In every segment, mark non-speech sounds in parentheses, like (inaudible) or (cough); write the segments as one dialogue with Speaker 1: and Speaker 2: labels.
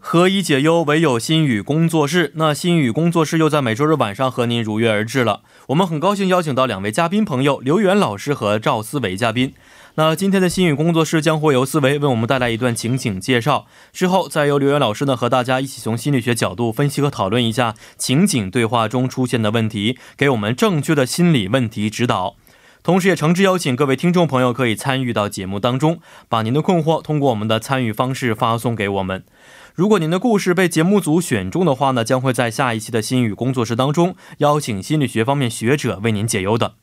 Speaker 1: 何以解忧，唯有心语工作室。那心语工作室又在每周日晚上和您如约而至了。我们很高兴邀请到两位嘉宾朋友刘源老师和赵思维嘉宾。那今天的心语工作室将会由思维为我们带来一段情景介绍，之后再由刘源老师呢和大家一起从心理学角度分析和讨论一下情景对话中出现的问题，给我们正确的心理问题指导。同时，也诚挚邀请各位听众朋友可以参与到节目当中，把您的困惑通过我们的参与方式发送给我们。如果您的故事被节目组选中的话呢，将会在下一期的心语工作室当中邀请心理学方面学者为您解忧的。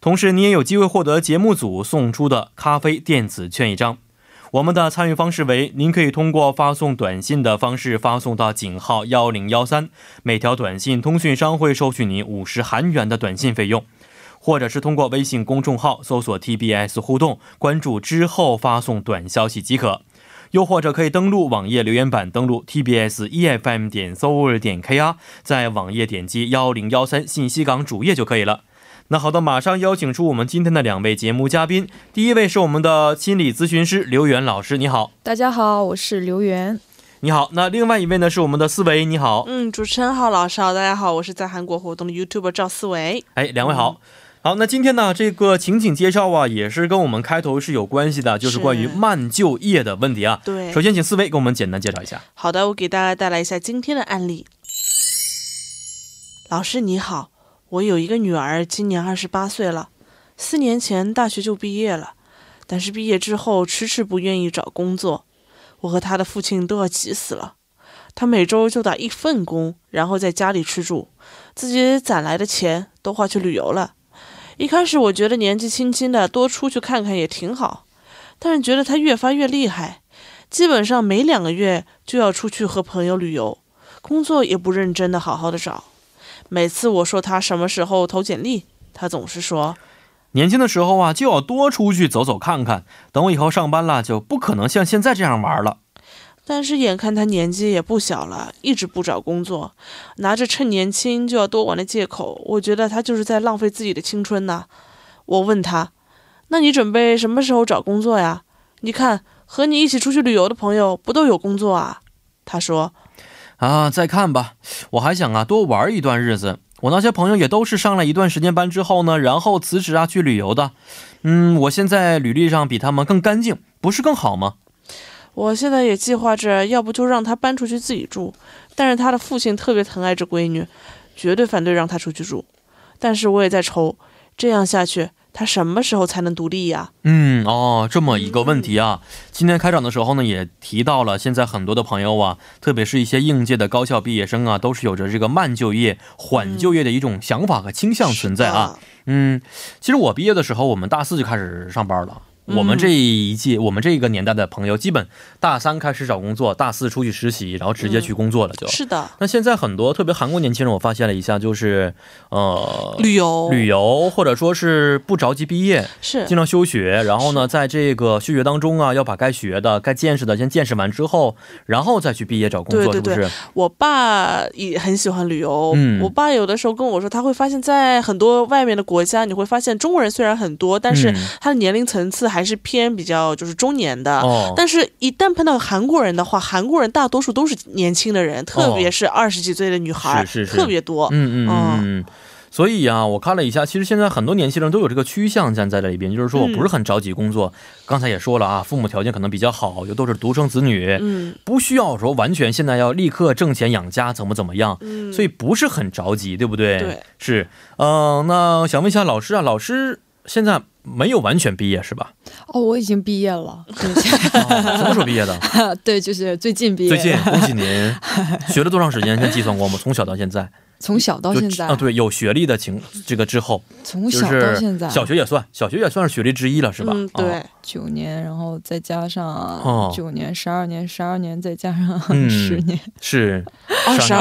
Speaker 1: 同时，你也有机会获得节目组送出的咖啡电子券一张。我们的参与方式为：您可以通过发送短信的方式发送到井号幺零幺三，每条短信通讯商会收取您五十韩元的短信费用；或者是通过微信公众号搜索 TBS 互动，关注之后发送短消息即可。又或者可以登录网页留言板，登录 tbs efm E 点 s o u r 点 kr，在网页点击幺零幺三信息港主页就可以了。那好的，马上邀请出我们今天的两位节目嘉宾，第一位是我们的心理咨询师刘源老师，你好，
Speaker 2: 大家好，我是刘源。
Speaker 1: 你好。那另外一位呢是我们的思维，你好，
Speaker 3: 嗯，主持人好，老师好，大家好，我是在韩国活动的 YouTuber 赵思维。
Speaker 1: 哎，两位好。好，那今天呢，这个情景介绍啊，也是跟我们开头是有关系的，就是关于慢就业的问题啊。
Speaker 3: 对
Speaker 1: 首，先请思维给我们简单介绍一下。
Speaker 3: 好的，我给大家带来一下今天的案例。老师你好，我有一个女儿，今年二十八岁了，四年前大学就毕业了，但是毕业之后迟迟不愿意找工作，我和她的父亲都要急死了。她每周就打一份工，然后在家里吃住，自己攒来的钱都花去旅游了。一开始我觉得年纪轻轻的多出去看看也挺好，但是觉得她越发越厉害，基本上每两个月就要出去和朋友旅游，工作也不认真的好好的找。每次我说他什么时候投简历，他总是说
Speaker 1: 年轻的时候啊，就要多出去走走看看。等我以后上班了，就不可能像现在这样玩了。
Speaker 3: 但是眼看他年纪也不小了，一直不找工作，拿着趁年轻就要多玩的借口，我觉得他就是在浪费自己的青春呐、我问他：“那你准备什么时候找工作呀？你看和你一起出去旅游的朋友不都有工作啊？”他说
Speaker 1: 啊，再看吧。我还想啊，多玩一段日子。我那些朋友也都是上了一段时间班之后呢，然后辞职啊去旅游的。嗯，我现在履历上比他们更干净，不是更好吗？：“
Speaker 3: 我现在也计划着，要不就让他搬出去自己住。”但是他的父亲特别疼爱这闺女，绝对反对让她出去住。但是我也在愁，这样下去，她什么时候才能独立呀、
Speaker 1: 嗯，哦，这么一个问题啊。今天开场的时候呢，也提到了，现在很多的朋友啊，特别是一些应届的高校毕业生啊，都是有着这个慢就业、缓就业的一种想法和倾向存在啊。嗯，其实我毕业的时候，我们大四就开始上班了。
Speaker 3: 嗯
Speaker 1: 我们这一届，我们这个年代的朋友，基本大三开始找工作，大四出去实习，然后直接去工作了就。
Speaker 3: 嗯是的，
Speaker 1: 那现在很多，特别韩国年轻人，我发现了一下，就是呃，
Speaker 3: 旅游
Speaker 1: 旅游或者说是不着急毕业，
Speaker 3: 哦是
Speaker 1: 尽量休学，然后呢，在这个休学当中啊，要把该学的、该见识的先见识完之后，然后再去毕业找工作，
Speaker 3: 对对
Speaker 1: 是不
Speaker 3: 对
Speaker 1: 是？
Speaker 3: 我爸也很喜欢旅游。
Speaker 1: 嗯
Speaker 3: 我爸有的时候跟我说，他会发现，在很多外面的国家，你会发现中国人虽然很多，但是
Speaker 1: 嗯
Speaker 3: 他的年龄层次还是偏比较就是中年的。
Speaker 1: 哦，
Speaker 3: 但是，一旦碰到韩国人的话，韩国人大多数都是年轻的人，特别是二十几岁的女孩，
Speaker 1: 哦是是是
Speaker 3: 特别多。
Speaker 1: 嗯嗯嗯嗯。所以啊，我看了一下，其实现在很多年轻人都有这个趋向站在这里边，就是说我不是很着急工作。刚才也说了啊，父母条件可能比较好，又都是独生子女，
Speaker 3: 嗯
Speaker 1: 不需要说完全现在要立刻挣钱养家，怎么怎么样，
Speaker 3: 嗯
Speaker 1: 所以哎不是很着急，对不对？
Speaker 3: 对，
Speaker 1: 是。嗯、那想问一下老师啊，老师现在没有完全毕业是
Speaker 2: (laughs)
Speaker 1: 吧？
Speaker 2: 哦，我已经毕业了，
Speaker 1: 啊什么时候毕业的？
Speaker 2: 对 (laughs) 对，就是最近毕业，
Speaker 1: 最近，恭喜您，学了多长时间？先计算过吗？从小到现在，
Speaker 2: 从小到
Speaker 1: 就
Speaker 2: 现在
Speaker 1: 啊，，对，有学历的情这个之后，
Speaker 2: 从
Speaker 1: 就
Speaker 2: 小到
Speaker 1: 是
Speaker 2: 现在，
Speaker 1: 小学也算，小学也算是学历之一了，是吧？
Speaker 3: 嗯，
Speaker 1: 啊
Speaker 3: 对，
Speaker 2: 九年，然后再加
Speaker 1: 哦
Speaker 2: 上九年、十二年、十二年，再加上
Speaker 1: 嗯 (laughs)
Speaker 2: 十年，
Speaker 1: 是
Speaker 3: 二十
Speaker 1: 上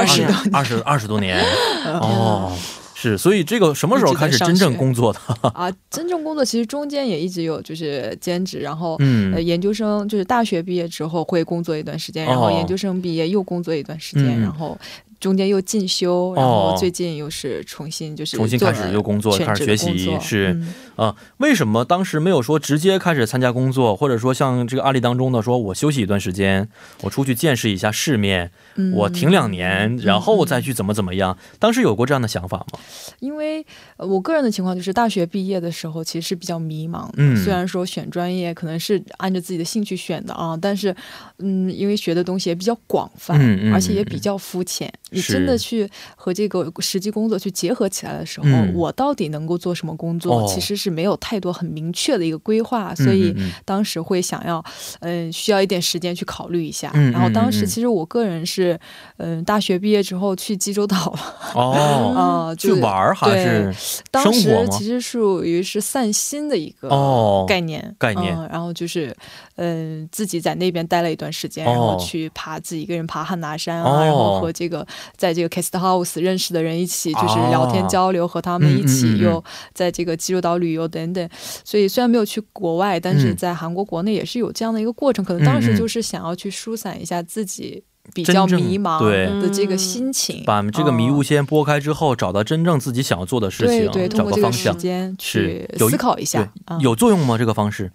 Speaker 3: 二
Speaker 1: 二十
Speaker 2: (laughs)
Speaker 3: 十
Speaker 1: 二十二十多年哦，是，所以这个什么时候开始真正工作的？
Speaker 2: 啊，真正工作其实中间也一直有就是兼职，然后、呃，
Speaker 1: 嗯，
Speaker 2: 研究生就是大学毕业之后会工作一段时间，
Speaker 1: 哦
Speaker 2: 然后研究生毕业又工作一段时间，
Speaker 1: 嗯
Speaker 2: 然后中间又进修，然
Speaker 1: 哦
Speaker 2: 后最近又是重新就是
Speaker 1: 重新开始又工作，
Speaker 2: 做了
Speaker 1: 开始学
Speaker 2: 全职
Speaker 1: 习，
Speaker 2: 的工作
Speaker 1: 是、
Speaker 2: 嗯
Speaker 1: 啊。为什么当时没有说直接开始参加工作，或者说像这个案例当中的，说我休息一段时间，我出去见识一下世面，
Speaker 2: 嗯
Speaker 1: 我停两年，然后再去怎么怎么样？当时有过这样的想法吗？
Speaker 2: 因为呃我个人的情况就是，大学毕业的时候其实是比较迷茫的。
Speaker 1: 嗯
Speaker 2: 虽然说选专业可能是按照自己的兴趣选的啊，但是，嗯，因为学的东西也比较广泛，
Speaker 1: 嗯嗯
Speaker 2: 而且也
Speaker 1: 嗯
Speaker 2: 比较肤浅。你
Speaker 1: 是
Speaker 2: 真的去和这个实际工作去结合起来的时候，
Speaker 1: 嗯
Speaker 2: 我到底能够做什么工作、
Speaker 1: 哦
Speaker 2: 其实是没有太多很明确的一个规划，所以。
Speaker 1: 嗯嗯
Speaker 2: 当时会想要，嗯，需要一点时间去考虑一下。
Speaker 1: 嗯
Speaker 2: 然后当
Speaker 1: 嗯嗯嗯
Speaker 2: 时其实我个人是，嗯，大学毕业之后去济州岛了，
Speaker 1: 嗯哦，
Speaker 2: 啊、
Speaker 1: 去
Speaker 2: (laughs) 就
Speaker 1: 玩儿还是
Speaker 2: 当
Speaker 1: 生活
Speaker 2: 时
Speaker 1: 吗
Speaker 2: 其实属于是散心的一个
Speaker 1: 哦
Speaker 2: 概念，
Speaker 1: 概念
Speaker 2: 嗯，然后就是，嗯、自己在那边待了一段时间，
Speaker 1: 哦
Speaker 2: 然后去爬自己一个人爬汉拿山啊，
Speaker 1: 哦
Speaker 2: 然后和这个在这个 Cast House 认识的人一起，就是聊天
Speaker 1: 啊
Speaker 2: 交流，和他们一
Speaker 1: 嗯嗯嗯
Speaker 2: 起
Speaker 1: 嗯
Speaker 2: 又在这个济州岛旅游等等。所以虽然没有去国外，但是
Speaker 1: 嗯
Speaker 2: 在韩国国内也是有这样的一个过程，可能当时就是想要去疏散一下自己比较
Speaker 1: 真正
Speaker 2: 迷茫
Speaker 1: 对
Speaker 2: 的这个
Speaker 3: 嗯
Speaker 2: 心情，
Speaker 1: 把这个迷雾
Speaker 2: 嗯
Speaker 1: 先拨开之后，找到真正自己想要做的事
Speaker 2: 对
Speaker 1: 情，
Speaker 2: 对，
Speaker 1: 找
Speaker 2: 通过这
Speaker 1: 方
Speaker 2: 个时
Speaker 1: 向。
Speaker 2: 间
Speaker 1: 是
Speaker 2: 去
Speaker 1: 有一
Speaker 2: 思考一
Speaker 1: 对
Speaker 2: 下，啊，
Speaker 1: 有作用吗？这个方式？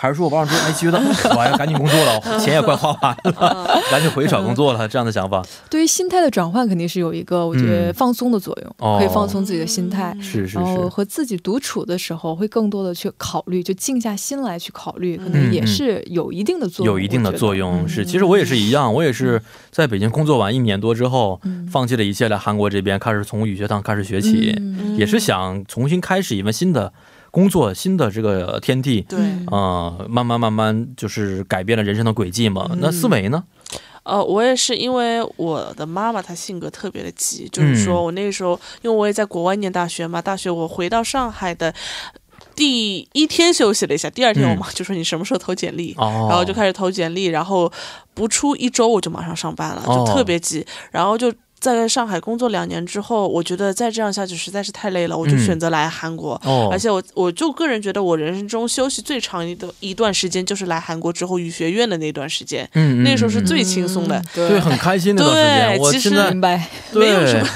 Speaker 1: 还是说我帮助哎觉得我要赶紧工作 (laughs) 了，
Speaker 2: 嗯
Speaker 1: 钱也快花完了， (laughs) 赶紧回去找工作了，这样的想法
Speaker 2: 对于心态的转换肯定是有一个我觉得
Speaker 1: 嗯
Speaker 2: 放松的作用，
Speaker 1: 哦
Speaker 2: 可以放松自哦己的心态。
Speaker 3: 嗯
Speaker 1: 是是
Speaker 2: 然后
Speaker 1: 是，
Speaker 2: 和自己独处的时候，会更多的去考虑，就静下心来去考虑，可能也是有一定的作
Speaker 1: 嗯
Speaker 2: 用。
Speaker 1: 有一定的作
Speaker 2: 我觉
Speaker 1: 用。
Speaker 2: 得嗯
Speaker 1: 是，其实我也是一样，我也是在北京工作完一年多之后，
Speaker 2: 嗯
Speaker 1: 放弃了一切，来韩国这边开始从语学堂开始学起，
Speaker 2: 嗯
Speaker 1: 也是想重新开始一份新的工作，新的这个天地。
Speaker 3: 对。
Speaker 2: 嗯
Speaker 1: 啊、慢慢慢慢就是改变了人生的轨迹嘛。那
Speaker 3: 嗯
Speaker 1: 思维呢？
Speaker 3: 呃，我也是因为我的妈妈她性格特别的急，就是
Speaker 1: 嗯
Speaker 3: 说我那个时候，因为我也在国外念大学嘛，大学我回到上海的第一天休息了一下，第二
Speaker 1: 嗯
Speaker 3: 天我妈就说你什么时候投简历？
Speaker 1: 哦，
Speaker 3: 然后就开始投简历，然后不出一周我就马上上班了，
Speaker 1: 哦
Speaker 3: 就特别急。然后就在上海工作两年之后，我觉得再这样下去实在是太累了，我就
Speaker 1: 嗯
Speaker 3: 选择来韩国。
Speaker 1: 哦，
Speaker 3: 而且我我就个人觉得，我人生中休息最长一段一段时间就是来韩国之后语学院的那段时间，
Speaker 1: 嗯，嗯
Speaker 3: 那时候是
Speaker 1: 嗯
Speaker 3: 最轻松的，
Speaker 1: 对，很开心那段时间。
Speaker 3: 对
Speaker 1: 我
Speaker 3: 其实
Speaker 1: 现在 (laughs)
Speaker 2: 明白，
Speaker 3: 没有什么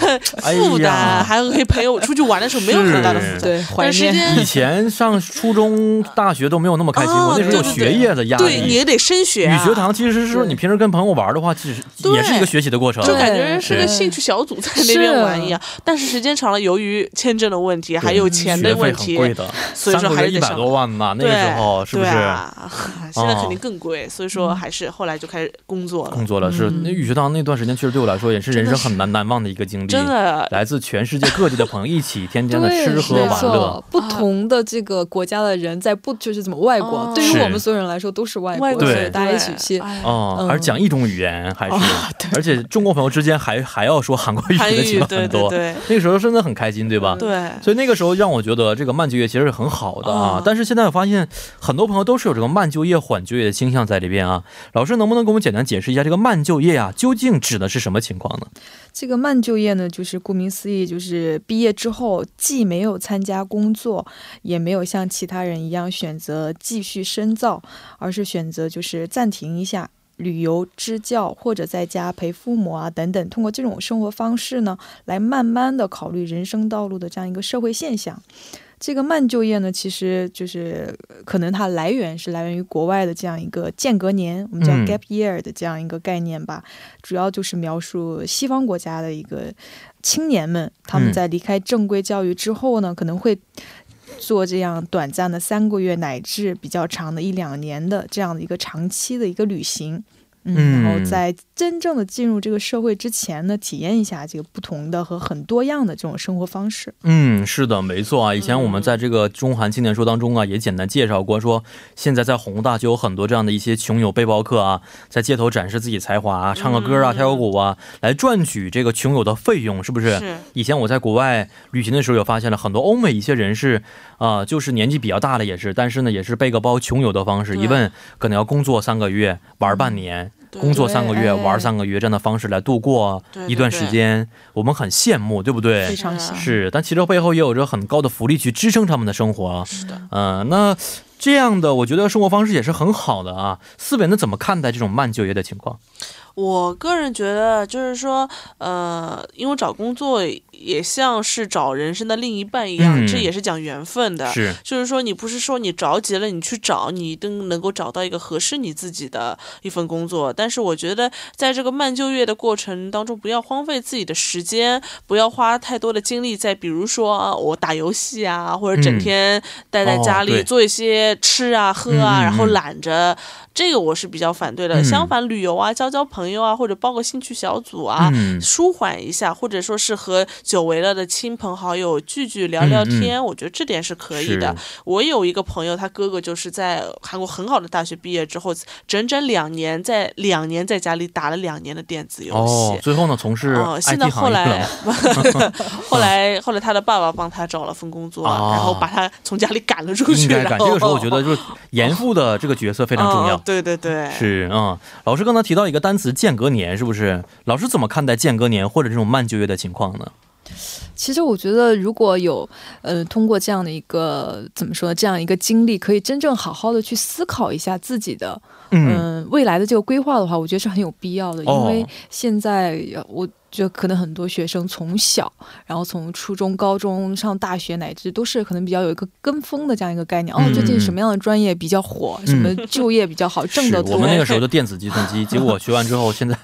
Speaker 1: 哎
Speaker 3: 负担，
Speaker 1: 呀
Speaker 3: 还可以陪我出去玩的时候没有很大的负
Speaker 1: 是
Speaker 3: 担。
Speaker 2: 对，怀
Speaker 3: 但时
Speaker 2: 念。
Speaker 3: 间
Speaker 1: 以前上初中、大学都没有那么开心，
Speaker 3: 哦
Speaker 1: 我那时候有学业的压力。
Speaker 3: 对你也得升学
Speaker 1: 语
Speaker 3: 啊，
Speaker 1: 学堂其实是说你平时跟朋友玩的话，其实
Speaker 3: 对
Speaker 1: 也是一个学习的过程。
Speaker 3: 就
Speaker 2: 对
Speaker 3: 感觉是个
Speaker 1: 对
Speaker 3: 兴趣小组在那边
Speaker 2: 是
Speaker 3: 玩一样。但是时间长了，由于签证的问题，还有钱
Speaker 1: 学
Speaker 3: 的
Speaker 1: 费
Speaker 3: 问
Speaker 1: 很
Speaker 3: 题，
Speaker 1: 贵的，
Speaker 3: 所以
Speaker 1: 三
Speaker 3: 说
Speaker 1: 个
Speaker 3: 还
Speaker 1: 月
Speaker 3: 是
Speaker 1: 一
Speaker 3: 得
Speaker 1: 百
Speaker 3: 上。
Speaker 1: 多万呐，那
Speaker 3: 对
Speaker 1: 个时候是不
Speaker 3: 对
Speaker 1: 是？嗯
Speaker 3: 啊 (laughs) 现在肯定更贵，所以
Speaker 2: 嗯
Speaker 3: 说还是后来就开始工作了
Speaker 1: 工。作了是那语学堂那段时间，确实对我来说也是人生很难难忘的一个经历。
Speaker 3: 真，的，
Speaker 1: 来自全世界各地的朋友一起天天的
Speaker 2: 对，
Speaker 1: 吃喝
Speaker 2: 没
Speaker 1: 玩乐
Speaker 2: 错，，不同的这个国家的人在不就是怎么外国
Speaker 3: 哦，
Speaker 2: 对于
Speaker 1: 是
Speaker 2: 我们所有人来说都是外
Speaker 3: 外
Speaker 2: 国，
Speaker 3: 国
Speaker 2: 所
Speaker 1: 对
Speaker 2: 以大家一起去
Speaker 3: 哎
Speaker 1: 哦，而讲一种语言还是， (laughs) 而且中国朋友之间还还要说韩国语
Speaker 3: 韩
Speaker 1: 的情
Speaker 3: 语，
Speaker 1: 况
Speaker 3: 对
Speaker 1: 很
Speaker 3: 对嗯
Speaker 1: 多。
Speaker 3: 对
Speaker 1: 那个时候真的很开心，对吧？
Speaker 3: 对。
Speaker 1: 所以那个时候让我觉得这个慢就业其实是很好的啊，
Speaker 3: 嗯
Speaker 1: 但是现在我发现很多朋友都是有这个慢就业、缓就业的倾向在这边啊。老师能不能给我们简单解释一下这个慢就业啊，究竟指的是什么情况呢？
Speaker 2: 这个慢就业呢，就是顾名思义，就是毕业之后既没有参加工作，也没有像其他人一样选择继续深造，而是选择就是暂停一下。旅游、支教或者在家陪父母啊等等，通过这种生活方式呢，来慢慢的考虑人生道路的这样一个社会现象。这个慢就业呢，其实就是呃可能它来源是来源于国外的这样一个间隔年，我们叫
Speaker 1: 嗯
Speaker 2: gap year 的这样一个概念吧。主要就是描述西方国家的一个青年们，他们在离开正规教育之后呢，可能会做这样短暂的三个月乃至比较长的一两年的这样的一个长期的一个旅
Speaker 1: 嗯
Speaker 2: 行。嗯，然后在真正的进入这个社会之前呢，体验一下这个不同的和很多样的这种生活方式。
Speaker 1: 嗯，是的，没错啊。以前我
Speaker 3: 嗯
Speaker 1: 们在这个中韩青年说当中啊，也简单介绍过说，现在在宏大就有很多这样的一些穷游背包客啊，在街头展示自己才华啊，唱个歌啊，跳个舞啊，来赚取这个穷游的费用，是不是？
Speaker 3: 嗯是，
Speaker 1: 以前我在国外旅行的时候，有发现了很多欧美一些人是，啊、就是年纪比较大了也是，但是呢，也是背个包穷游的方式，
Speaker 3: 对嗯
Speaker 1: 一问可能要工作三个月，玩半年，
Speaker 3: 对
Speaker 1: 工作三个月、
Speaker 2: 哎
Speaker 1: 玩三个月这样的方式来度过
Speaker 3: 对
Speaker 1: 一段时，间，我们很羡慕，对不对
Speaker 2: 非？常
Speaker 3: 是
Speaker 2: 像
Speaker 3: 啊。
Speaker 1: 是，但其实背后也有着很高的福利去支撑他们的生活啊。
Speaker 3: 对对是的，
Speaker 1: 嗯，那这样的我觉得生活方式也是很好的啊。四位呢怎么看待这种慢就业的情况？
Speaker 3: 我个人觉得就是说，呃，因为找工作也像是找人生的另一半一样，
Speaker 1: 嗯
Speaker 3: 这也是讲缘分的。
Speaker 1: 是，
Speaker 3: 就是说，你不是说你着急了，你去找，你一定能够找到一个合适你自己的一份工作。但是我觉得，在这个慢就业的过程当中，不要荒废自己的时间，不要花太多的精力在比如说啊我打游戏啊，或者整
Speaker 1: 嗯
Speaker 3: 天待在
Speaker 1: 哦
Speaker 3: 家里、
Speaker 1: 对
Speaker 3: 做一些吃啊喝
Speaker 1: 嗯
Speaker 3: 啊，
Speaker 1: 嗯
Speaker 3: 然后
Speaker 1: 嗯
Speaker 3: 懒着。这个我是比较反对的。
Speaker 1: 嗯
Speaker 3: 相反，旅游啊，交交朋友啊，或者报个兴趣小组啊，
Speaker 1: 嗯，
Speaker 3: 舒缓一下，或者说是和久违了的亲朋好友聚聚聊
Speaker 1: 嗯
Speaker 3: 聊天，我觉得这点是可以的。我有一个朋友，他哥哥就是在韩国很好的大学毕业之后，整整两年在两年在家里打了两年的电子游
Speaker 1: 哦，
Speaker 3: 戏。
Speaker 1: 最后呢，从事
Speaker 3: 哦，现
Speaker 1: IT
Speaker 3: 在后
Speaker 1: 行业
Speaker 3: 来
Speaker 1: 了。，
Speaker 3: 后来后来他的爸爸帮他找了份工作，
Speaker 1: 啊
Speaker 3: 然后把他从家里赶了出去。
Speaker 1: 应该
Speaker 3: 然
Speaker 1: 干。
Speaker 3: 后
Speaker 1: 这个时候我觉得就是严父的这个角色非
Speaker 3: 非
Speaker 1: 常重要。
Speaker 3: 对对哦对，
Speaker 1: 是啊、嗯，老师刚才提到一个单词“间隔年”，是不是？老师怎么看待间隔年或者这种慢就业的情况呢？
Speaker 2: 其实我觉得，如果有呃通过这样的一个怎么说这样一个经历，可以真正好好的去思考一下自己的
Speaker 1: 嗯，
Speaker 2: 嗯、未来的这个规划的话，我觉得是很有必要的，因
Speaker 1: 哦
Speaker 2: 为现在呃我。觉得可能很多学生从小，然后从初中、高中上大学，乃至都是可能比较有一个跟风的这样一个概念。
Speaker 1: 嗯
Speaker 2: 哦，最近什么样的专业比较火，什么就业比较好，挣
Speaker 1: 是
Speaker 2: 得
Speaker 1: 我
Speaker 2: 多。
Speaker 1: 们那个时候的电子计算机，结果学完之后，
Speaker 3: (laughs)
Speaker 1: 现在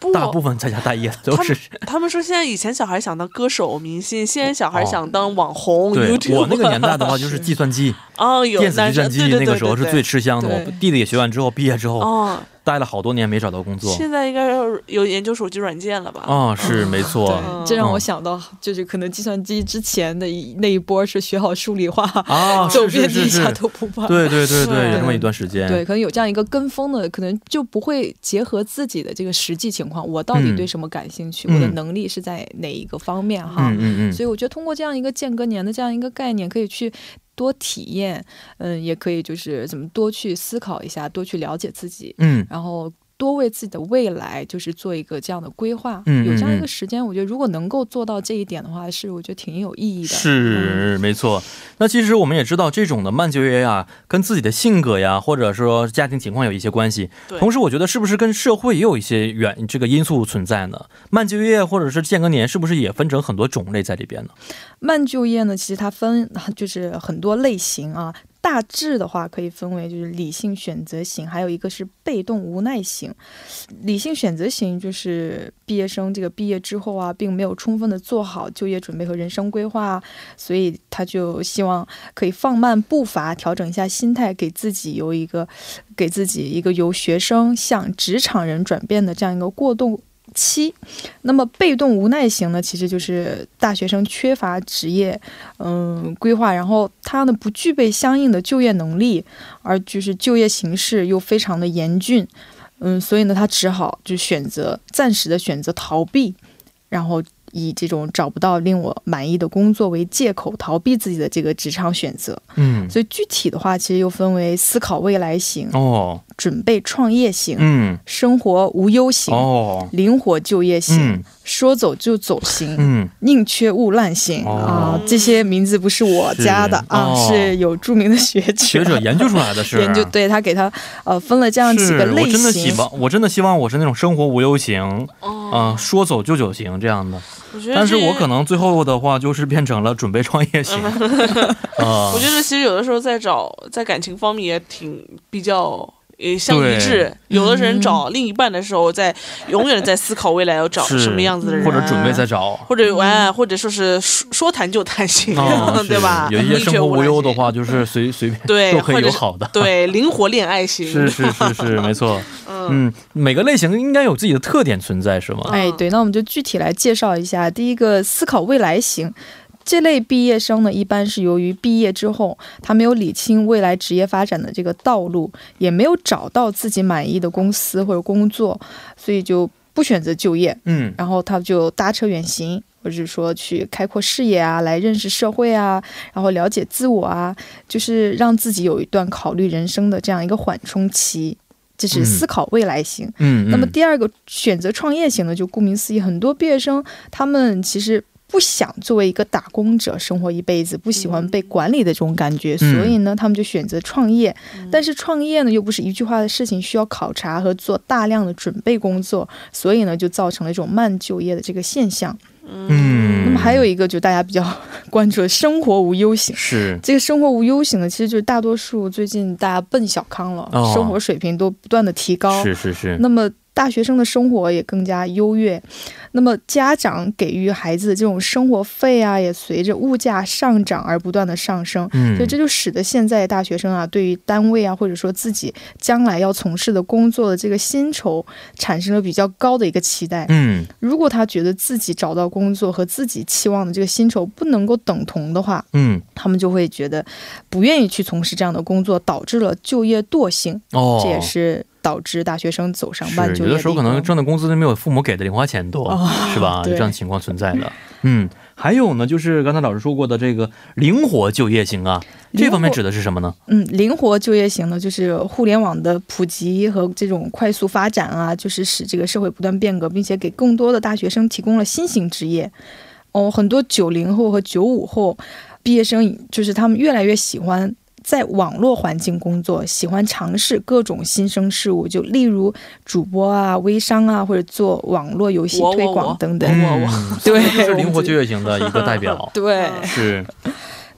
Speaker 3: 不
Speaker 1: 大部分在家待业的都是。
Speaker 3: 哦他们说现在以前小孩想当歌手、明星，现在小孩
Speaker 1: 哦
Speaker 3: 想当网红、
Speaker 1: 对
Speaker 3: YouTube。
Speaker 1: 我那个年代的话，就是计算机、
Speaker 3: 哦，有
Speaker 1: 电子计算
Speaker 3: 男
Speaker 1: 机，
Speaker 3: 生对对
Speaker 1: 那个时候是
Speaker 3: 对对
Speaker 1: 最吃香的。
Speaker 2: 对
Speaker 1: 我弟弟也学完之后，毕业之
Speaker 3: 对
Speaker 1: 后
Speaker 3: 哦。
Speaker 1: 待了好多年没找到工作。
Speaker 3: 现在应该有研究手机软件了吧？
Speaker 1: 啊、是没错
Speaker 3: 嗯
Speaker 2: 对，这让我想到，就是可能计算机之前的一那一波是学好数理化，
Speaker 1: 啊，
Speaker 2: 走
Speaker 1: 是
Speaker 2: 遍
Speaker 1: 是
Speaker 2: 天
Speaker 1: 是
Speaker 2: 下
Speaker 1: 是，
Speaker 2: 都不怕。
Speaker 1: 对对对对，
Speaker 3: 是
Speaker 1: 有这么一段时间。
Speaker 2: 对，可能有这样一个跟风的，可能就不会结合自己的这个实际情况，我到底
Speaker 1: 嗯
Speaker 2: 对什么感兴趣，
Speaker 1: 嗯
Speaker 2: 我的能力是在哪一个方面哈。
Speaker 1: 嗯嗯
Speaker 2: 所以我觉得通过这样一个间隔年的这样一个概念，可以去多体验，嗯，也可以就是怎么多去思考一下，多去了解自己，
Speaker 1: 嗯
Speaker 2: 然后。多为自己的未来就是做一个这样的规划，
Speaker 1: 嗯嗯
Speaker 2: 有这样一
Speaker 1: 嗯
Speaker 2: 个时间，我觉得如果能够做到这一点的话，是我觉得挺有意
Speaker 1: 嗯，
Speaker 2: 义的。
Speaker 1: 是没错。那其实我们也知道，这种的慢就业呀，跟自己的性格呀，或者说家庭情况有一些关系。
Speaker 3: 对
Speaker 1: 同时，我觉得是不是跟社会也有一些原这个因素存在呢？慢就业或者是间隔年，是不是也分成很多种类在里边呢？
Speaker 2: 慢就业呢，其实它分就是很多类型啊。大致的话可以分为就是理性选择型，还有一个是被动无奈型。理性选择型就是毕业生这个毕业之后啊，并没有充分的做好就业准备和人生规划啊，所以他就希望可以放慢步伐，调整一下心态，给自己有一个给自己一个由学生向职场人转变的这样一个过渡期。那么被动无奈型呢，其实就是大学生缺乏职业嗯规划，然后他呢不具备相应的就业能力，而就是就业形势又非常的严峻，嗯，所以呢他只好就选择暂时的选择逃避，然后。以这种找不到令我满意的工作为借口，逃避自己的这个职场选择。
Speaker 1: 嗯，
Speaker 2: 所以具体的话，其实又分为思考未来型、
Speaker 1: 哦，
Speaker 2: 准备创业型、
Speaker 1: 嗯，
Speaker 2: 生活无忧型、
Speaker 1: 哦，
Speaker 2: 灵活就业型、
Speaker 1: 嗯
Speaker 2: 说走就走型、
Speaker 1: 嗯，
Speaker 2: 宁缺毋滥型、
Speaker 1: 哦
Speaker 2: 啊，这些名字不是我加的
Speaker 1: 是
Speaker 2: 啊，
Speaker 1: 哦
Speaker 2: 是有著名的学者
Speaker 1: 学者研究出来的是
Speaker 2: 研究，对他给他呃分了这样几个
Speaker 1: 是
Speaker 2: 类
Speaker 1: 我真的希
Speaker 2: 型。
Speaker 1: 望，我真的希望我是那种生活无忧型，啊、
Speaker 3: 哦，
Speaker 1: 说走就走型这样的。
Speaker 3: 我觉得这，
Speaker 1: 但是我可能最后的话就是变成了准备创业
Speaker 2: (laughs)
Speaker 1: 型，啊
Speaker 3: 我觉得其实有的时候在找在感情方面也挺比较。也相一致，有的人找另一半的时候在，永远在思考未来要找
Speaker 1: 是
Speaker 3: 什么样子的人，
Speaker 1: 或
Speaker 3: 啊
Speaker 1: 者准备再找。
Speaker 3: 或者哎，或者说是说说谈就谈型， (laughs)
Speaker 1: 啊，
Speaker 3: 对吧？
Speaker 1: 是有一些
Speaker 3: 宁缺
Speaker 1: 生活
Speaker 3: 毋
Speaker 1: 无
Speaker 3: 滥
Speaker 1: 忧的
Speaker 3: 型，
Speaker 1: 话，就是随随便
Speaker 3: 对，
Speaker 1: 都可
Speaker 3: 或
Speaker 1: 以
Speaker 3: 者
Speaker 1: 有
Speaker 3: 是
Speaker 1: 好
Speaker 2: (laughs)
Speaker 1: 的。
Speaker 3: 对，灵活恋爱型，
Speaker 1: 是是是是，没错。嗯，每个类型应该有自己的特点存在，是吗？
Speaker 2: 哎，对，那我们就具体来介绍一下。第一个，思考未来型。这类毕业生呢，一般是由于毕业之后，他没有理清未来职业发展的这个道路，也没有找到自己满意的公司或者工作，所以就不选择就业，
Speaker 1: 嗯，
Speaker 2: 然后他就搭车远行，或者是说去开阔视野啊，来认识社会啊，然后了解自我啊，就是让自己有一段考虑人生的这样一个缓冲期。这是思考未来型。
Speaker 1: 嗯，
Speaker 2: 那么
Speaker 1: 嗯
Speaker 2: 第二个选择创业型呢，就顾名思义，很多毕业生他们其实不想作为一个打工者生活一辈子，不喜欢被管理的这种感觉，
Speaker 1: 嗯
Speaker 2: 所以呢，他们就选择创业。但是创业呢，又不是一句话的事情，需要考察和做大量的准备工作，所以呢，就造成了这种慢就业的这个现象。
Speaker 1: 嗯，
Speaker 2: 那么还有一个，就大家比较 (laughs) 关注的生活无忧型。
Speaker 1: 是
Speaker 2: 这个生活无忧型呢，其实就是大多数最近大家奔小康了，
Speaker 1: 哦
Speaker 2: 生活水平都不断的提高，
Speaker 1: 是是是，
Speaker 2: 那么大学生的生活也更加优越，那么家长给予孩子的这种生活费啊，也随着物价上涨而不断的上升。
Speaker 1: 嗯，
Speaker 2: 所以这就使得现在的大学生啊，对于单位啊，或者说自己将来要从事的工作的这个薪酬，产生了比较高的一个期待。
Speaker 1: 嗯
Speaker 2: 如果他觉得自己找到工作和自己期望的这个薪酬不能够等同的话，
Speaker 1: 嗯
Speaker 2: 他们就会觉得不愿意去从事这样的工作，导致了就业惰性。
Speaker 1: 哦，
Speaker 2: 这也是导致大学生走上慢
Speaker 1: 是
Speaker 2: 就
Speaker 1: 有
Speaker 2: 业
Speaker 1: 的时候可能
Speaker 2: 一个
Speaker 1: 挣的工资都没有父母给的零花钱多，
Speaker 2: 哦
Speaker 1: 是吧？有
Speaker 2: 对
Speaker 1: 这样的情况存在的。嗯，还有呢，就是刚才老师说过的这个灵活就业型啊，
Speaker 2: 灵活
Speaker 1: 这方面指的是什么呢？
Speaker 2: 嗯，灵活就业型呢，就是互联网的普及和这种快速发展啊，就是使这个社会不断变革，并且给更多的大学生提供了新型职业。哦，很多九零后和九五后毕业生，就是他们越来越喜欢。在网络环境工作，喜欢尝试各种新生事物，就例如主播啊、微商啊，或者做网络游戏
Speaker 3: 我我
Speaker 2: 推
Speaker 3: 我
Speaker 2: 广等等。
Speaker 1: 嗯，
Speaker 2: (laughs) 对。
Speaker 1: 这是灵活就业型的一个代表
Speaker 2: (laughs) 对
Speaker 1: 是，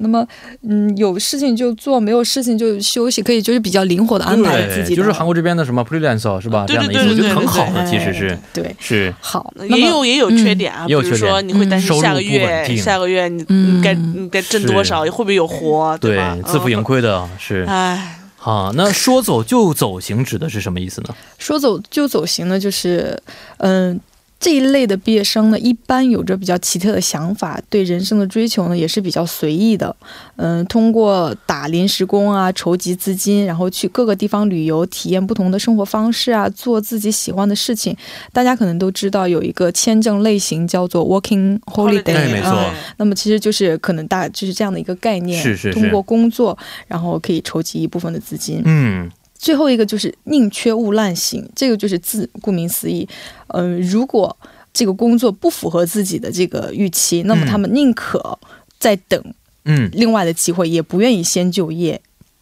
Speaker 2: 那么，嗯，有事情就做，没有事情就休息，可以就是比较灵活的安排自己
Speaker 1: 对，
Speaker 2: 的。
Speaker 1: 就
Speaker 2: 哦
Speaker 1: 是韩国这边的什么 freelance 是吧？这
Speaker 3: 对
Speaker 1: 样
Speaker 3: 对
Speaker 1: 的意思，我
Speaker 3: 对
Speaker 1: 觉
Speaker 3: 对
Speaker 1: 得很好的，
Speaker 2: 对
Speaker 1: 其实是
Speaker 2: 对，
Speaker 1: 是，
Speaker 2: 好，那
Speaker 3: 也
Speaker 2: 么
Speaker 3: 有也有缺点啊，
Speaker 1: 嗯
Speaker 3: 比
Speaker 1: 也有
Speaker 3: 如
Speaker 1: 缺点嗯
Speaker 3: 说你会担
Speaker 1: 收入
Speaker 3: 心下个
Speaker 1: 不稳
Speaker 3: 月
Speaker 1: 定
Speaker 3: 下个月你
Speaker 4: 嗯
Speaker 3: 你该你该挣多少，会不会有活，吧？
Speaker 1: 对，自负盈
Speaker 3: 嗯。
Speaker 1: 亏的是。
Speaker 3: 哎，
Speaker 1: 好，那说走就走型指的是什么意思呢？
Speaker 2: 说走就走型呢，就是，嗯、这一类的毕业生呢，一般有着比较奇特的想法，对人生的追求呢也是比较随意的。嗯，通过打临时工啊，筹集资金，然后去各个地方旅游，体验不同的生活方式啊，做自己喜欢的事情。大家可能都知道有一个签证类型叫做 Working Holiday，
Speaker 1: 对没错
Speaker 2: 嗯那么其实就是可能大就是这样的一个概念，
Speaker 1: 是是是
Speaker 2: 通过工作，然后可以筹集一部分的资金。
Speaker 1: 嗯，
Speaker 2: 最后一个就是宁缺毋滥型，这个就是自顾名思义，嗯、如果这个工作不符合自己的这个预期，那么他们宁可再等
Speaker 1: 嗯，
Speaker 2: 另外的机会，也不愿意先就业，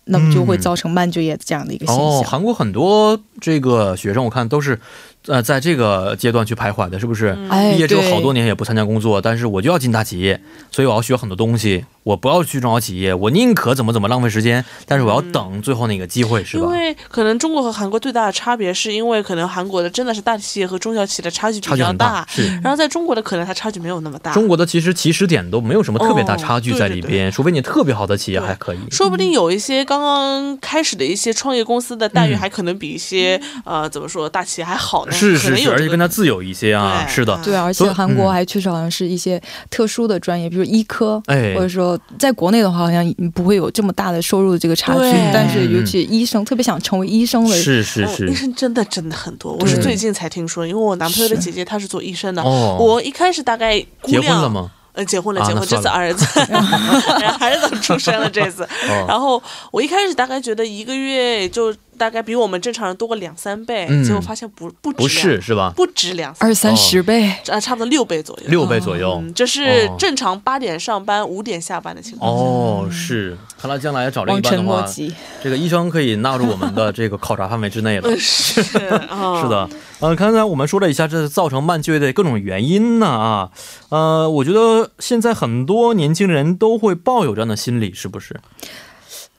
Speaker 2: 那么就会
Speaker 1: 嗯
Speaker 2: 造成慢就业这样的一个现
Speaker 1: 哦，
Speaker 2: 象。
Speaker 1: 韩国很多这个学生，我看都是，呃，在这个阶段去徘徊的，是不是？
Speaker 3: 嗯
Speaker 2: 哎，
Speaker 1: 毕业之后
Speaker 2: 对
Speaker 1: 好多年也不参加工作，但是我就要进大企业，所以我要学很多东西，我不要去中小企业，我宁可怎么怎么浪费时间，但是我要等最后那个机会，是
Speaker 3: 嗯因
Speaker 1: 吧？
Speaker 3: 为可能中国和韩国最大的差别，是因为可能韩国的真的是大企业和中小企业的差距
Speaker 1: 差
Speaker 3: 比
Speaker 1: 距
Speaker 3: 较
Speaker 1: 很
Speaker 3: 大，嗯
Speaker 1: 是。
Speaker 3: 然后在中国的可能它差距没有那么大。
Speaker 1: 中国的其实起始点都没有什么特别大
Speaker 3: 哦
Speaker 1: 差距在里
Speaker 3: 对
Speaker 1: 边，除非你特别好的企业
Speaker 3: 对
Speaker 1: 还可以。
Speaker 3: 说不定有一些刚刚开始的一些创业公司的待遇，
Speaker 1: 嗯
Speaker 3: 还可能比一些、呃怎么说大企业还好呢。
Speaker 1: 是
Speaker 3: 可
Speaker 1: 是
Speaker 3: 能
Speaker 1: 是，
Speaker 3: 有
Speaker 1: 而
Speaker 3: 这
Speaker 1: 且
Speaker 3: 个
Speaker 1: 更加自由一些啊。
Speaker 3: 对
Speaker 1: 是的，
Speaker 3: 嗯
Speaker 2: 对，而
Speaker 1: 所
Speaker 2: 且
Speaker 1: 以
Speaker 2: 韩国
Speaker 1: 嗯
Speaker 2: 还缺少好像是一些特殊的专业，比如医科，
Speaker 1: 哎
Speaker 2: 或，者说在国内的话，好像不会有这么大的收入的这个差距
Speaker 3: 对。
Speaker 2: 但是尤其医生，特别想成为医生的，
Speaker 1: 是是
Speaker 3: 哦
Speaker 1: 是，
Speaker 3: 医生真的真的很多，我是
Speaker 2: 对
Speaker 3: 最近才听说，因为我男朋友的
Speaker 2: 是
Speaker 3: 姐姐她是做医生的，
Speaker 1: 哦，
Speaker 3: 我一开始大概估
Speaker 1: 结
Speaker 3: 量
Speaker 1: 婚了？吗？
Speaker 3: 呃，结婚了，
Speaker 1: 啊
Speaker 3: 结
Speaker 1: 那
Speaker 3: 婚，这
Speaker 1: 算
Speaker 3: 次
Speaker 1: 了
Speaker 3: 儿子， (laughs) 儿子出生了这次。
Speaker 1: (laughs) 哦，
Speaker 3: 然后我一开始大概觉得一个月也就大概比我们正常人多个两三倍，
Speaker 1: 嗯
Speaker 3: 结果发现不哦不止
Speaker 1: 不是
Speaker 3: 两
Speaker 1: 是吧？
Speaker 3: 不止两三
Speaker 2: 二三
Speaker 1: 哦
Speaker 2: 十倍。
Speaker 3: 啊，差不多六倍左右。
Speaker 1: 六倍左右。
Speaker 3: 嗯，这是
Speaker 1: 哦
Speaker 3: 正常八点上班，五点下班的情况。
Speaker 1: 哦，是，看来将来找这一
Speaker 2: 望
Speaker 1: 班的
Speaker 2: 尘莫
Speaker 1: 话，
Speaker 2: 及。
Speaker 1: 这个医生可以纳入我们的这个考察范围之 (laughs) 内了。
Speaker 3: (laughs) 是嗯是
Speaker 1: (laughs) 是
Speaker 3: 的，
Speaker 1: 的，呃，刚才我们说了一下这造成慢就业的各种原因呢啊，呃，我觉得现在很多年轻人都会抱有这样的心理，是不是？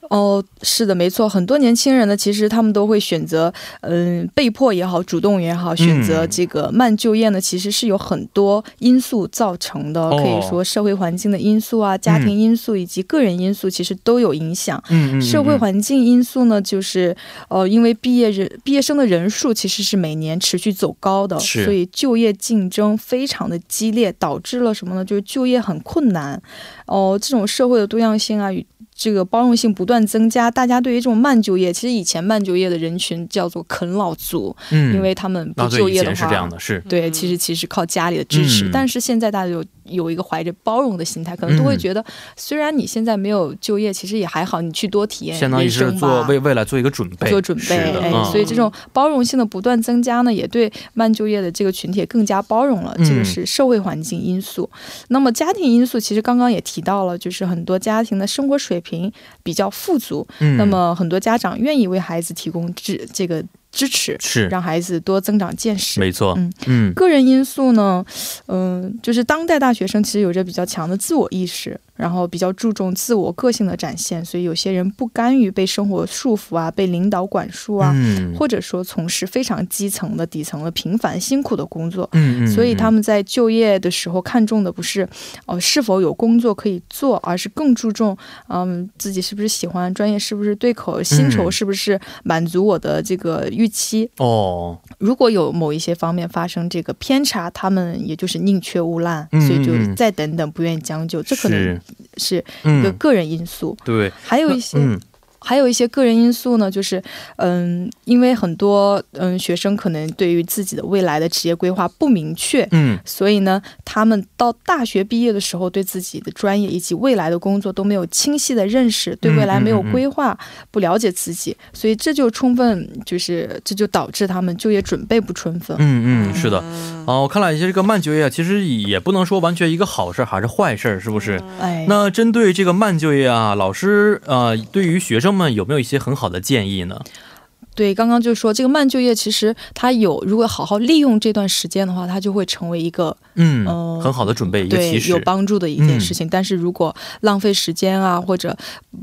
Speaker 2: 哦，是的，没错，很多年轻人呢，其实他们都会选择，嗯，被迫也好，主动也好，选择
Speaker 1: 嗯
Speaker 2: 这个慢就业呢，其实是有很多因素造成的，
Speaker 1: 哦
Speaker 2: 可以说社会环境的因素啊、家庭因素以及个人因素，其实都有影响。
Speaker 1: 嗯
Speaker 2: 社会环境因素呢，就是呃，因为毕业人毕业生的人数其实是每年持续走高的，
Speaker 1: 是
Speaker 2: 所以就业竞争非常的激烈，导致了什么呢？就是就业很困难。哦、这种社会的多样性啊与这个包容性不断增加，大家对于这种慢就业，其实以前慢就业的人群叫做啃老族，
Speaker 1: 嗯，
Speaker 2: 因为他们不
Speaker 1: 啊，
Speaker 2: 就
Speaker 1: 对，以
Speaker 2: 业的
Speaker 1: 前
Speaker 2: 话，
Speaker 1: 是这样的，是
Speaker 2: 对，
Speaker 3: 嗯
Speaker 2: 其实其实靠家里的支持，
Speaker 1: 嗯
Speaker 2: 但是现在大家有有一个怀着包容的心态，可能都会
Speaker 1: 嗯
Speaker 2: 觉得，虽然你现在没有就业，其实也还好，你去多体验
Speaker 1: 相当于
Speaker 2: 人
Speaker 1: 是
Speaker 2: 生
Speaker 1: 做
Speaker 2: 吧。
Speaker 1: 为未来做一个准备，
Speaker 2: 做准备，
Speaker 1: 是的，
Speaker 2: 哎，
Speaker 1: 嗯
Speaker 2: 所以这种包容性的不断增加呢，也对慢就业的这个群体也更加包容了。这个
Speaker 1: 嗯
Speaker 2: 是社会环境因素。那么家庭因素，其实刚刚也提到了，就是很多家庭的生活水平比较富足，
Speaker 1: 嗯，
Speaker 2: 那么很多家长愿意为孩子提供支这个支持，
Speaker 1: 是
Speaker 2: 让孩子多增长见识。
Speaker 1: 没错
Speaker 2: 嗯，
Speaker 1: 嗯
Speaker 2: 个人因素呢，嗯、就是当代大学生其实有着比较强的自我意识，然后比较注重自我个性的展现，所以有些人不甘于被生活束缚啊，被领导管束啊，
Speaker 1: 嗯
Speaker 2: 或者说从事非常基层的、底层的、平凡辛苦的工作。
Speaker 1: 嗯嗯，
Speaker 2: 所以他
Speaker 1: 们
Speaker 2: 们在就业的时候看重的不是，呃，是否有工作可以做，而是更注重，嗯，自己是不是喜欢，专业是不是对口，
Speaker 1: 嗯
Speaker 2: 薪酬是不是满足我的这个预期。
Speaker 1: 哦，
Speaker 2: 如果有某一些方面发生这个偏差，他们也就是宁缺毋滥，
Speaker 1: 嗯
Speaker 2: 所以就
Speaker 1: 嗯嗯
Speaker 2: 再等等，不愿意将就。这可能
Speaker 1: 是
Speaker 2: 是一个
Speaker 1: 嗯
Speaker 2: 个人因素，
Speaker 1: 对，
Speaker 2: 还有一些。
Speaker 1: 嗯
Speaker 2: 还有一些个人因素呢，就是，嗯，因为很多嗯学生可能对于自己的未来的职业规划不明确，
Speaker 1: 嗯
Speaker 2: 所以呢，他们到大学毕业的时候，对自己的专业以及未来的工作都没有清晰的认识，对未来没有规划，
Speaker 1: 嗯
Speaker 2: 不了解自己，所以这就充分就是这就导致他们就业准备不充分。
Speaker 1: 嗯嗯，是的。
Speaker 3: 嗯
Speaker 1: 哦，我看了一下这个慢就业，其实也不能说完全一个好事儿还是坏事儿，是不是？
Speaker 2: 哎，
Speaker 1: 那针对这个慢就业啊，老师呃，对于学生们有没有一些很好的建议呢？
Speaker 2: 对，刚刚就说这个慢就业，其实它有，如果好好利用这段时间的话，它就会成为一个
Speaker 1: 嗯，
Speaker 2: 呃
Speaker 1: 很好的准备，一个
Speaker 2: 对
Speaker 1: 起始嗯
Speaker 2: 有。帮助的一件事情。但是如果浪费时间啊，或者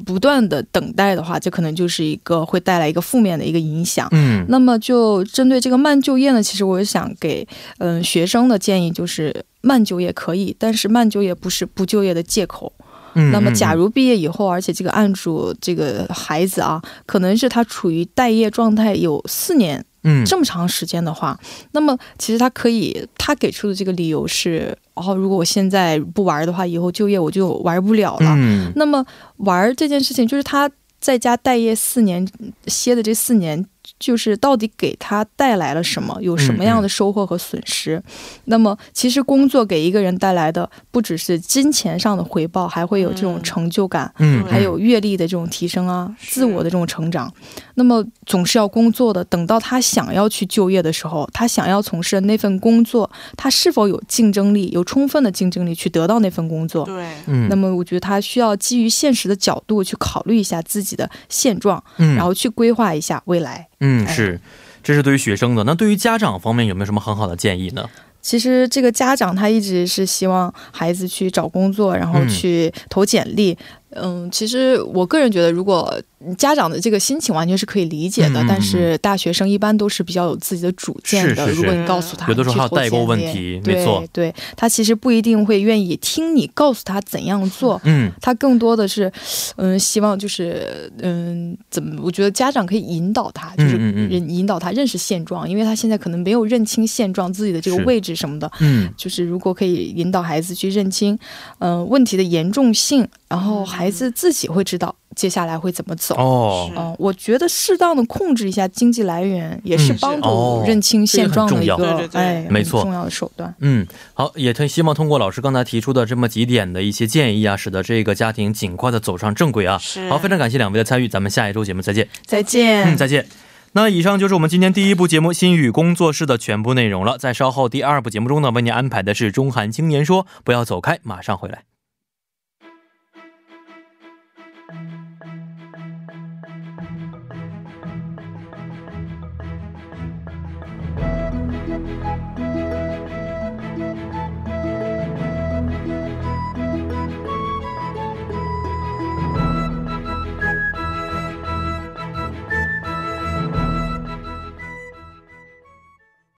Speaker 2: 不断的等待的话，这可能就是一个会带来一个负面的一个影响。
Speaker 1: 嗯
Speaker 2: 那么就针对这个慢就业呢，其实我想给嗯学生的建议就是。慢就业可以，但是慢就业不是不就业的借口。
Speaker 1: 嗯，
Speaker 2: 那么，假
Speaker 1: 如
Speaker 2: 如毕业以后，而且这个案主这个孩子啊，可能是他处于待业状态有四年
Speaker 1: 嗯
Speaker 2: 这么长时间的话，那么其实他可以，他给出的这个理由是：哦，如果我现在不玩的话，以后就业我就玩不了了。
Speaker 1: 嗯
Speaker 2: 那么玩儿这件事情，就是他在家待业四年，歇的这四年，就是到底给他带来了什么，有什么
Speaker 1: 嗯
Speaker 2: 样的收获和损失？那么，其实工作给一个人带来的不只是金钱上的回报，还会有这种
Speaker 3: 嗯
Speaker 2: 成就感。
Speaker 1: 嗯，
Speaker 2: 还有阅历的这种提升啊，
Speaker 3: 是
Speaker 2: 自我的这种成长，那么总是要工作的。等到他想要去就业的时候，他想要从事的那份工作，他是否有竞争力，有充分的竞争力去得到那份工作？
Speaker 3: 对，
Speaker 1: 嗯，
Speaker 2: 那么我觉得他需要基于现实的角度去考虑一下自己的现状，
Speaker 1: 嗯，
Speaker 2: 然后去规划一下未来。
Speaker 1: 嗯
Speaker 2: 哎
Speaker 1: 是，这是对于学生的。那对于家长方面有没有什么很好的建议呢？
Speaker 2: 其实这个家长他一直是希望孩子去找工作，然后
Speaker 1: 嗯
Speaker 2: 去投简历。嗯，其实我个人觉得，如果家长的这个心情完全是可以理解
Speaker 1: 嗯
Speaker 2: 的，
Speaker 1: 嗯嗯
Speaker 2: 但是大学生一般都是比较有自己的主见的。
Speaker 1: 是是是
Speaker 2: 如果你告诉他，
Speaker 1: 有的时候
Speaker 2: 你
Speaker 1: 还有
Speaker 2: 去投
Speaker 1: 代沟问
Speaker 2: 简历
Speaker 1: 题，
Speaker 2: 对
Speaker 1: 没错。
Speaker 2: 对他其实不一定会愿意听你告诉他怎样
Speaker 1: (laughs)
Speaker 2: 做。
Speaker 1: 嗯
Speaker 2: 他更多的是，嗯，希望就是，嗯，怎么？我觉得家长可以引导他，就是
Speaker 1: 嗯嗯嗯
Speaker 2: 引引导他认识现状，因为他现在可能没有认清现状自己的这个
Speaker 1: 是
Speaker 2: 位置什么的。
Speaker 1: 嗯
Speaker 2: 就是如果可以引导孩子去认清，嗯、问题的严重性，然后孩子自己会知道接下来会怎么走。
Speaker 1: 嗯
Speaker 2: 嗯、
Speaker 1: 哦
Speaker 3: 是
Speaker 2: 我觉得适当的控制一下经济来源，也是
Speaker 1: 嗯
Speaker 2: 帮
Speaker 1: 是哦
Speaker 2: 助认清现状的一个，
Speaker 1: 这
Speaker 3: 个很重要对对对
Speaker 2: 哎，
Speaker 1: 没错
Speaker 2: 很重要的手段。
Speaker 1: 嗯，好，也特希望通过老师刚才提出的这么几点的一些建议啊，使得这个家庭尽快的走上正轨啊。
Speaker 3: 是
Speaker 1: 好，非常感谢两位的参与，咱们下一周节目再见。
Speaker 2: 再见。
Speaker 1: (laughs) 嗯，再见。那以上就是我们今天第一部节目《新语工作室》的全部内容了。在稍后第二部节目中呢，为您安排的是《中韩青年说》，不要走开，马上回来。